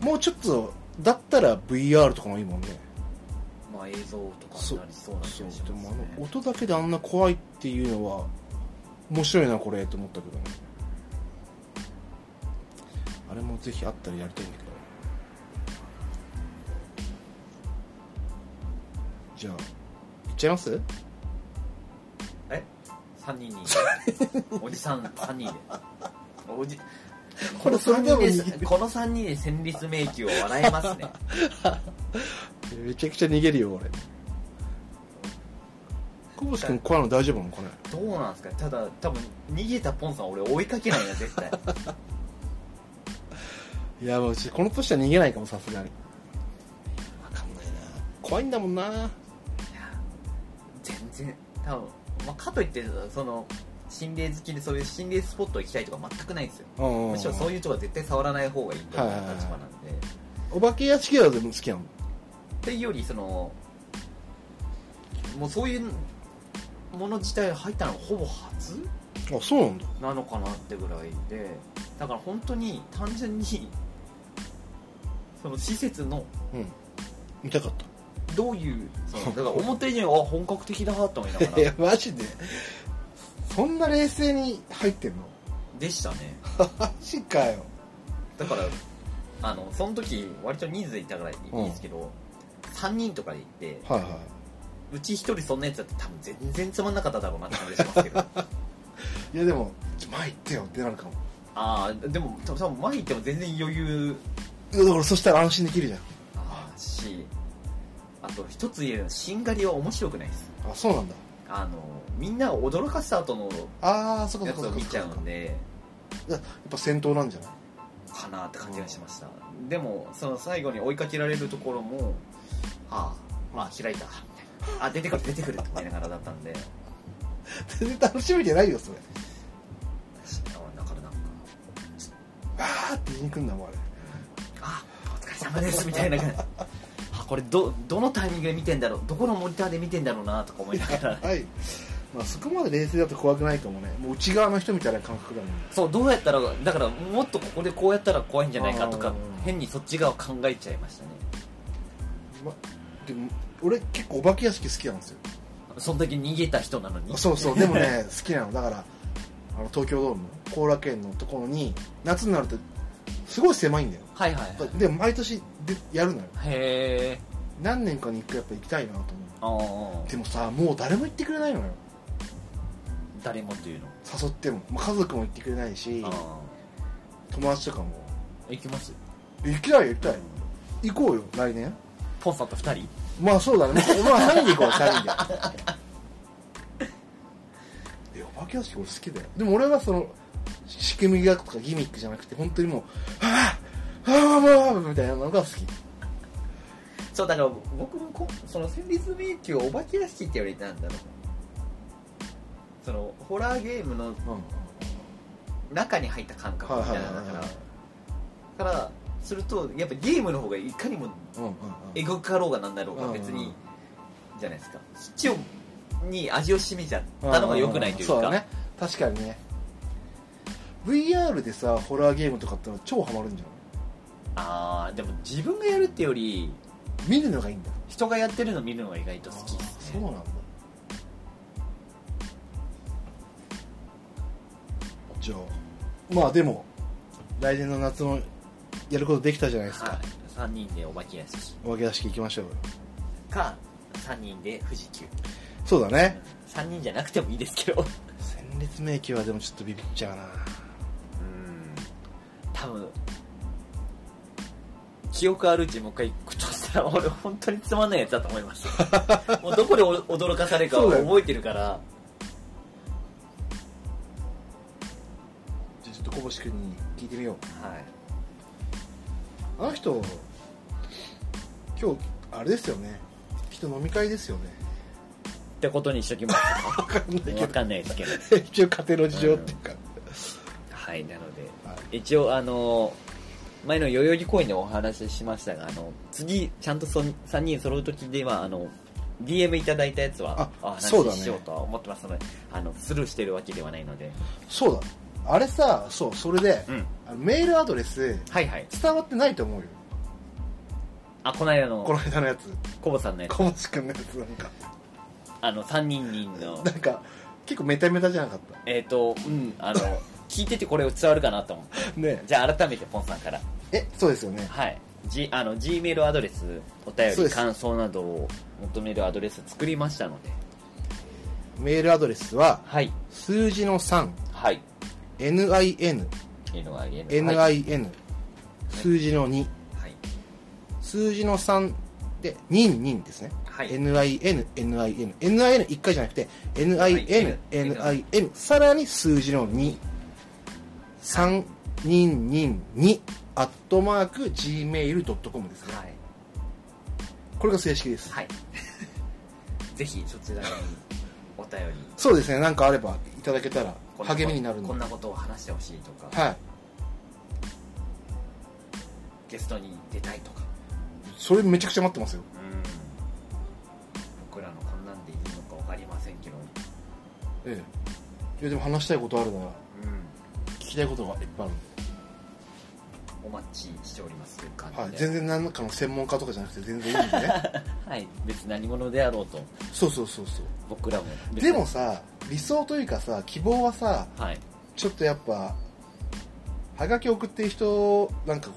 ー
もうちょっとだったら VR とかもいいもんね
まあ映像とかになりそうな気
そう
がし
で
ます
も
ね
あの音だけであんな怖いっていうのは面白いなこれと思ったけどねあれもぜひあったらやりたいんだけどじゃあ行っちゃいます
え三人におじさん3人でおじ
これそれでも
この三人
逃げ
でこの3人で戦慄迷宮を笑えます ね
めちゃくちゃ逃げるよ俺久保田君怖いの大丈夫なのこれ
どうなんですかただ多分逃げたポンさん俺追いかけないな絶対
いやもうちこの年は逃げないかもさすがに分かんないな怖いんだもんな
全然多分、まあ、かといってその心霊好きでそういう心霊スポット行きたいとか全くないんですよむ
む
しろそういうとこは絶対触らない方がいいと思う
はいはいはい
立場なんで、
お化け屋敷はでも好きなの
っていうよりそのもうそういうもの自体入ったのがほぼ初
あそうなんだ
なのかなってぐらいでだから本当に単純にその施設の
うん見たかっ
どういう そのだから表にはあ本格的だと思いなが
い
ら
やマジでそんな冷静に入ってんの
でしたね
マジかよ
だからあのその時割と人数いたからいいんですけど、3人とかで行って
はいはいう
ち1人そんなやつだって多分全然つまんなかっただろうなって感じしますけどあ
いやでもちょ前行ってよってなるかも
あーでも多分多分前行っても全然余裕
いやだからそしたら安心できるじゃん
あーしあと一つ言えるのはしんがりは面白くないです
あそうなんだ
あのみんなを驚かした後の
ああそこそ
や
こ
つ
そ
を
こ
見ちゃ
そこ
う
そ
ん
こ
で
やっぱ戦闘なんじゃない
かなって感じがしましたでもその最後に追いかけられるところもああまあ開いたみたいなあ出てくる出てくるって言いながらだったんで
全然楽しみじゃないよそれ
あだからなんか
わーって言いに来んだもんあれ
あお疲れ様ですみたいな感じ あこれどどのタイミングで見てんだろうどこのモニターで見てんだろうなとか思いながら
はい、まあ、そこまで冷静だと怖くないかもねもう内側の人みたいな感覚だもん
そうどうやったらだからもっとここでこうやったら怖いんじゃないかと
あ
か
ー
変にそっち側を考えちゃいましたね
ま、でも俺結構お化け屋敷好きなんですよ
そんだけ逃げた人なのに
そうそうでも ね好きなのだからあの東京ドームの後楽園のところに夏になるとすごい狭いんだよ
はいはいはい
でも毎年でやるのよ
へえ
何年かに一回やっぱ行きたいなと思
あ
う
あ
でもさもう誰も行ってくれないのよ
誰もっていうの
誘っても、まあ、家族も行ってくれないし
ああ
友達とかも
行きます
行きたいよ行きたい行こうよ来年
ポンさんと2人
まあそうだねまあ3人で行こう3人でえお化駆け足俺好きだよでも俺はその仕組みがとかギミックじゃなくて本当にもう「はあはあもう」みたいなのが好き
そうだから僕もこその戦慄迷宮をお化け屋敷ってよりなんだろうそのホラーゲームの
うん
中に入った感覚みたいなだからからするとやっぱゲームの方がいかにも
うんうん
エゴかろうがなんだろう
う
が
ん
別にじゃないですかそっちをに味を占めちゃったのが良くないという
そうだ
か
ね確かにね VR でさホラーゲームとかってのは超ハマるんじゃん
ああでも自分がやるってより
見るのがいいんだ
人がやってるの見るのが意外と好きで
あー
す
そう
ね
なんだじゃあまあでも来年の夏もやることできたじゃないですか、
はい3人でお化け屋敷
お分け出していきましょうよ
か3人で富士急
そうだね
3人じゃなくてもいいですけど
戦慄迷宮はでもちょっとビビっちゃうな
うん多分記憶あるうちにもう一回行くとしたら俺本当につまんないやつだと思います もうどこでお驚かされるか
そう
は
だよね
覚えてるから
じゃあちょっと小星君に聞いてみよう
はい
あの人今日あれですよねきっと飲み会ですよね
ってことにしときます
分かんないけど
分かんないですけど
一応家庭の事情っていうか、
はいなので
はい
一応あの前の代々木公園でお話ししましたがあの次ちゃんとそ3人揃う時ではあの DM いただいたやつは
あ
お話
そうだ
し
ね
しようとは思ってますので、あのスルーしてるわけではないので
そうだあれさそうそれで、
うん
あのメールアドレス
はいはい
伝わってないと思うよ
あこの間
この
の
間の やつ
コボさんのやつ
小松君のやつなんか
あの3人人の
なんか結構メタメタじゃなかった
えっ、とうんあの聞いててこれ伝わるかなと思って
ね
じゃあ改めてポンさんから
えそうですよね
はい、G、あの G メールアドレスお
そう
便
で
り
す
感想などを求めるアドレス作りましたので
メールアドレスは
はい
数字の
はい
3nin
NIN
nin、
はい、
数字の2
はい
数字の3で人人ですね、
はい
nin nin nin 一回じゃなくて nin nin さらに数字の2 3人人2アットマーク gmail.com ですね
はい
これが正式です、
はい ぜひそちらにお便り
そうですねなんかあればいただけたら
こんなこと
励みになる
こ
の
ん
で
なことを話してほしいとか、
はい
ゲストに出たいとか
それめちゃくちゃ待ってますよ
うん僕らのこんなんでいいのか分かりませんけど
ええいやでも話したいことあるなら
う
聞きたいことがいっぱいあるんで
んお待ちしておりますという感じで、
はい、全然何かの専門家とかじゃなくて全然いいんでね
はい別に何者であろうと
そうそうそうそう
僕らも別に
でもさ理想というかさ希望はさ
はい
ちょっとやっぱはがき送ってる人なんか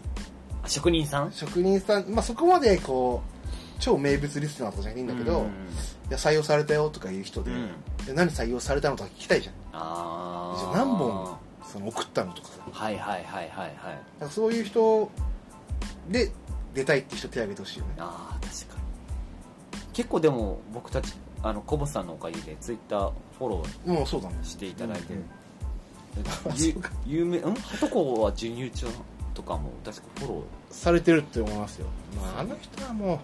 あ職人さん
職人さん、まあ、そこまでこう超名物リスナーとかじゃないんだけど、
うん
いや採用されたよとかいう人で,、
うん
で何採用されたのとか聞きたいじゃん
あ
じゃ
あ
あ何本その送ったのとかさ
はいはいはいはいはい
なんかそういう人で出たいって人手挙げてほしいよね
ああ確かに結構でも僕たちあのコボさんのおかげでツイッターフォロ
もうそうだね
ーしていただいて、
うん
ゆ有名うんはとこは授乳中とかも確かフォロ
されてるって思いますよ、まあ、あの人はもう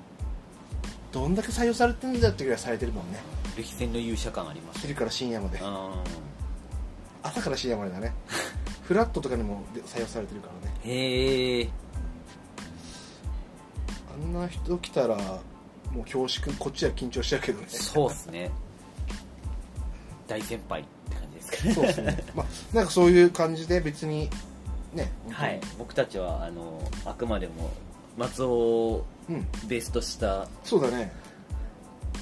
どんだけ採用されてんだよってぐらいされてるもんね
ー歴戦の勇者感ありました
昼から深夜まで
うん
朝から深夜まで だねフラットとかにも採用されてるからね
へえ
あんな人来たらもう恐縮こっちは緊張しちゃうけどね
そうっすね大先輩って感じですかね
そうですねまあなんかそういう感じで別にね
はい、僕たちはあのあくまでも松尾を
うん
ベースとしたあ
そうだね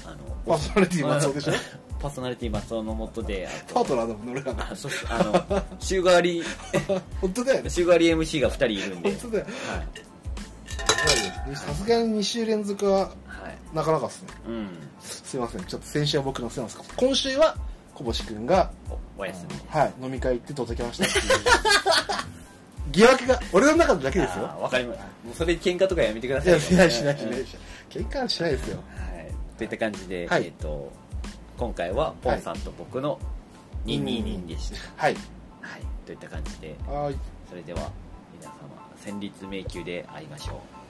の
パーソナリティ松尾でしょ
パーソナリティ松尾のもとであ
パ
と
ートナーだもんね俺ら
あそうっすあの週替わり
本当だよね
週替わり MC が2人いるんで
本、当だよ
はい
はいさすがに2週連続は
はい
なかなかっすね
うん、
すいませんちょっと先週は僕のせいなんですけど今週は小星くんが
おお休み
はい飲み会行って届きました っていう疑惑が俺の中だけですよ
あーわかりますもうそれ喧嘩とかやめてくだ
い
さい
や
ね
しないしないし
うん
な
はいい
しない喧嘩はしないですよ
といった感じで、
はい
えっ、と今回はポンさんと僕の222でした、
はい
はい、といった感じで
はい
それでは皆様戦慄迷宮で会いましょう